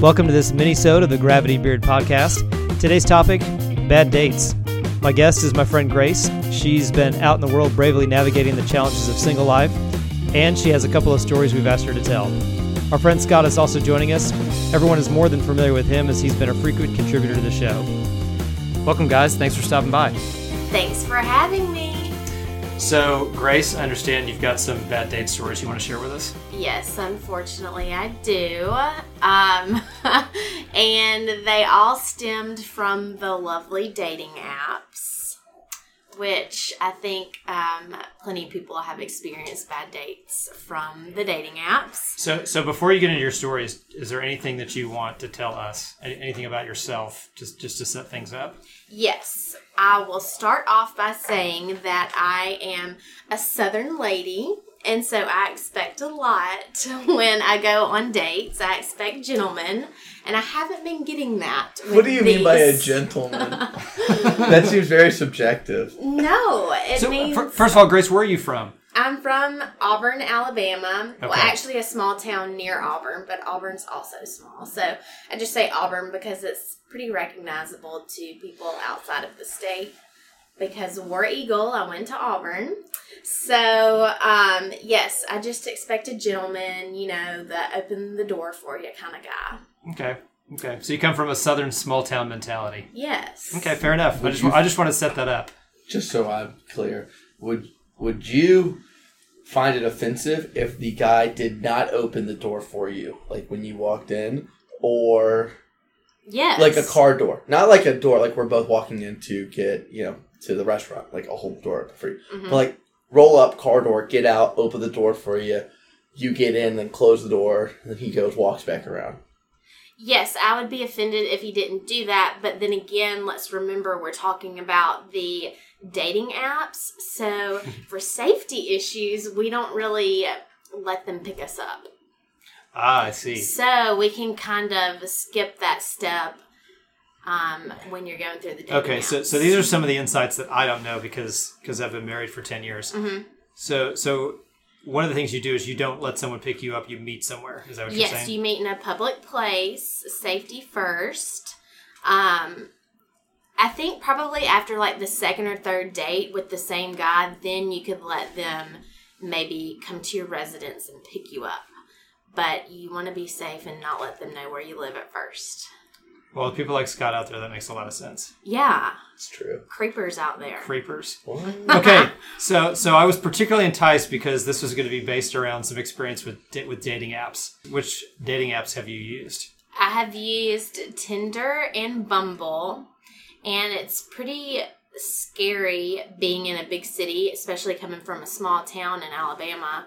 Welcome to this mini-sode of the Gravity Beard Podcast. Today's topic, bad dates. My guest is my friend Grace. She's been out in the world bravely navigating the challenges of single life, and she has a couple of stories we've asked her to tell. Our friend Scott is also joining us. Everyone is more than familiar with him as he's been a frequent contributor to the show. Welcome, guys. Thanks for stopping by. Thanks for having me. So, Grace, I understand you've got some bad date stories you want to share with us. Yes, unfortunately, I do. Um, and they all stemmed from the lovely dating apps, which I think um, plenty of people have experienced bad dates from the dating apps. So, so before you get into your stories, is there anything that you want to tell us? Any- Anything about yourself, just just to set things up? Yes, I will start off by saying that I am a southern lady, and so I expect a lot when I go on dates. I expect gentlemen, and I haven't been getting that. What do you mean by a these. gentleman? that seems very subjective. No, it So, uh, means fir- first of all, Grace, where are you from? I'm from Auburn, Alabama. Well, Okay. actually, a small town near Auburn, but Auburn's also small. So I just say Auburn because it's pretty recognizable to people outside of the state. Because War Eagle, I went to Auburn. So, um, yes, I just expect a gentleman, you know, the open the door for you kind of guy. Okay, okay. So you come from a southern small town mentality. Yes. Okay, fair enough. I Would just you- I just want to set that up. Just so I'm clear, would would you find it offensive if the guy did not open the door for you, like when you walked in, or Yes. like a car door, not like a door like we're both walking in to get you know to the restaurant, like a whole door for you, Mhm. but like roll up car door, get out, open the door for you. You get in, then close the door, and he goes, walks back around. Yes, I would be offended if he didn't do that. But then again, let's remember we're talking about the dating apps. So for safety issues, we don't really let them pick us up. Ah, I see. So we can kind of skip that step um, when you're going through the dating Okay, so so apps. these are some of the insights that I don't know because because I've been married for ten years. Mhm. So so one of the things you do is you don't let someone pick you up. You meet somewhere. Is that what you're yes, saying? you meet in a public place, safety first. Um, I think probably after like the second or third date with the same guy, then you could let them maybe come to your residence and pick you up. But you want to be safe and not let them know where you live at first. well, with people like Scott out there, that makes a lot of sense. Yeah, It's true. creepers out there. Creepers. What? okay, so so I was particularly enticed because this was going to be based around some experience with da- with dating apps. Which dating apps have you used? I have used Tinder and Bumble, and it's pretty scary being in a big city, especially coming from a small town in Alabama.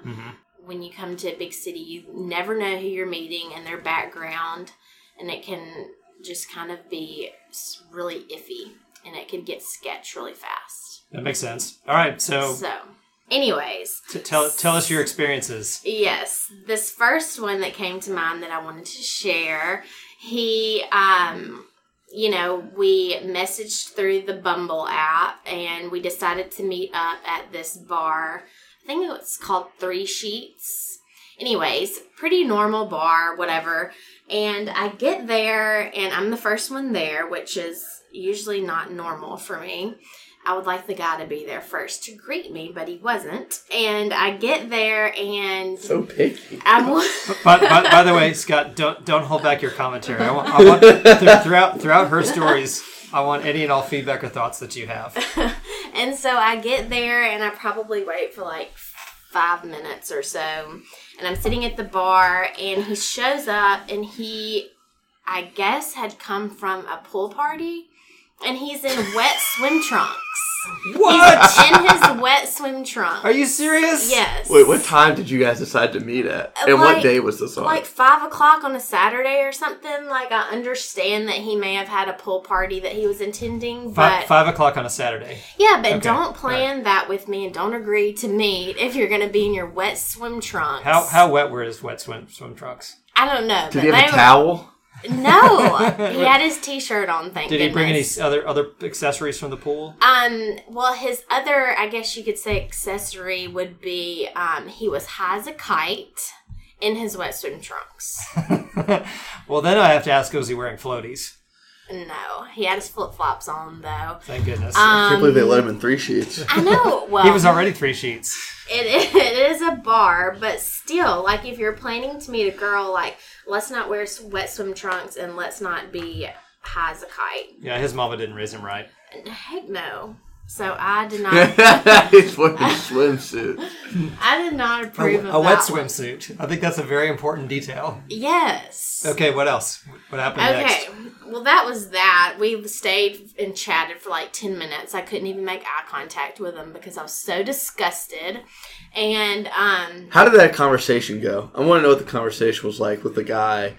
When you come to a big city, you never know who you're meeting and their background, and it can just kind of be s- really iffy, and it can get sketch really fast. That makes sense. All right, so So, anyways, t- tell tell us your experiences. Yes, this first one that came to mind that I wanted to share, he, um, you know, we messaged through the Bumble app and we decided to meet up at this bar. I think it's called Three Sheets. Anyways, pretty normal bar, whatever. And I get there and I'm the first one there, which is usually not normal for me. I would like the guy to be there first to greet me, but he wasn't. And I get there and So picky. I'm But by, by the way, Scott, don't don't hold back your commentary. I want, I want th- throughout throughout her stories, I want any and all feedback or thoughts that you have. and so I get there and I probably wait for like five minutes or so. And I'm sitting at the bar and he shows up and he, I guess, had come from a pool party and he's in wet swim trunks. What? In his wet swim trunks. Are you serious? Yes. Wait, what time did you guys decide to meet at? And Like- what day was this on? like five o'clock on a Saturday or something. Like I understand that he may have had a pool party that he was intending, Fi- but five o'clock on a Saturday. Yeah, but Okay, don't plan that with me and don't agree to meet if you're going to be in your wet swim trunks. How how wet were his wet swim swim trunks? I don't know. but Did he have a they were- towel? No, he had his t-shirt on. Thank Did he bring any goodness. other other accessories from the pool? Um, well, his other, I guess you could say, accessory would be um, he was high as a kite in his wet swim trunks. well, then I have to ask, was he wearing floaties? No, he had his flip flops on though. Thank goodness. Um, I can't believe they let him in three sheets. I know. Well, he was already three sheets. it, it is a bar, but still, like if you're planning to meet a girl, like let's not wear s- wet swim trunks and let's not be high as a kite. Yeah, his mama didn't raise him right. And Heck no. So I did not. He's wearing a swimsuit. I did not A, approve of a wet that one. swimsuit. I think that's a very important detail. Yes. Okay, what else? What happened Okay. next? Well, that was that. We stayed and chatted for like 10 minutes. I couldn't even make eye contact with him because I was so disgusted. And um, How did that conversation go? I want to know what the conversation was like with the guy.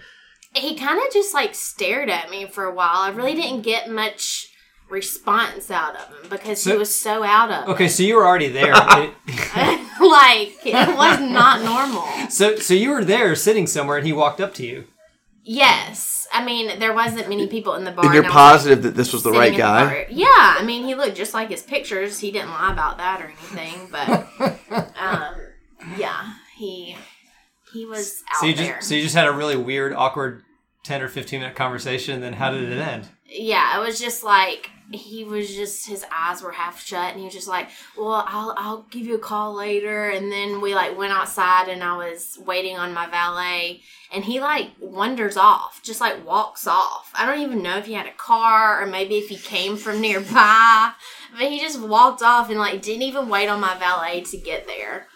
he kind of just like stared at me for a while. I really didn't get much response out of him because he So- was so out of Okay, so you were already there. It- it. like it was not normal. so, so you were there sitting somewhere, and he walked up to you. Yes, I mean there wasn't many people in the bar. And you're and I was positive that this was the sitting right in the guy? bar. Yeah, I mean he looked just like his pictures. He didn't lie about that or anything, but um, yeah, he he was out So you there. just, so you just had a really weird, awkward, ten or fifteen minute conversation. And then how did it end? yeah, it was just like he was just his eyes were half shut, and he was just like, "Well, I'll I'll give you a call later." And then we like went outside, and I was waiting on my valet, and he like wanders off, just like walks off. I don't even know if he had a car or maybe if he came from nearby, but he just walked off and like didn't even wait on my valet to get there.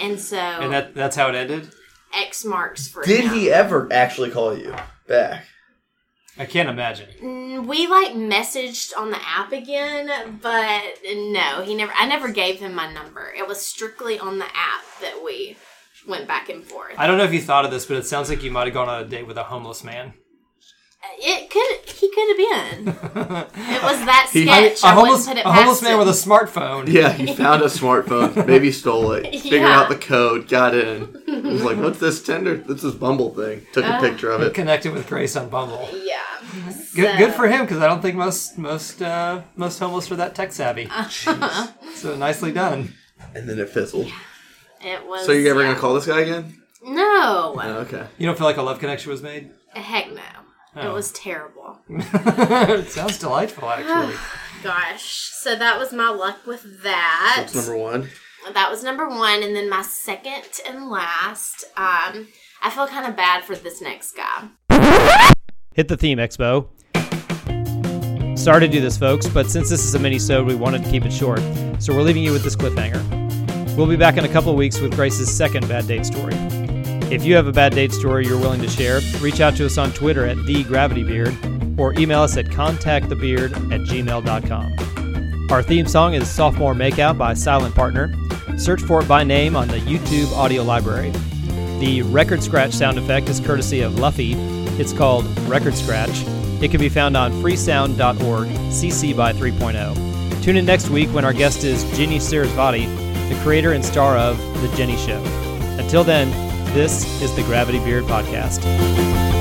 And so And that that's how it ended. X marks for Did him. he ever actually call you back? I can't imagine. Mm, we like messaged on the app again, but no, he never. I never gave him my number. It was strictly on the app that we went back and forth. I don't know if you thought of this, but it sounds like you might have gone on a date with a homeless man. It could. He could have been. it was that sketch. a I wouldn't homeless, put it a homeless past man him. with a smartphone. Yeah, he found a smartphone, maybe stole it, figured Yeah. out the code, got in. He was like, what's this Tinder? This is Bumble thing. Took Oh. a picture of it. Connected with Grace on Bumble. Yeah. Good, good for him because I don't think most most uh, most homeless are that tech savvy. Uh-huh. so nicely done. And then it fizzled. It was. So you ever yeah. gonna call this guy again? No. Oh, okay. You don't feel like a love connection was made? Heck no. Oh. It was terrible. it sounds delightful, actually. Gosh. So that was my luck with that. That's number one. that was number one and then my second and last um i feel kind of bad for this next guy Hit the theme expo. Sorry to do this, folks, but since this is a mini sode, we wanted to keep it short. So we're leaving you with this cliffhanger. We'll be back in a couple of weeks with Grace's second bad date story. If you have a bad date story you're willing to share, reach out to us on Twitter at thegravitybeard or email us at contactthebeard at gmail.com. Our theme song is Sophomore Makeout by Silent Partner. Search for it by name on the YouTube audio library. The record scratch sound effect is courtesy of Luffy. It's called Record Scratch. It can be found on freesound.org, CC by 3.0. Tune in next week when our guest is Jenny Sirasvati, the creator and star of The Jenny Show. Until then, this is the Gravity Beard Podcast.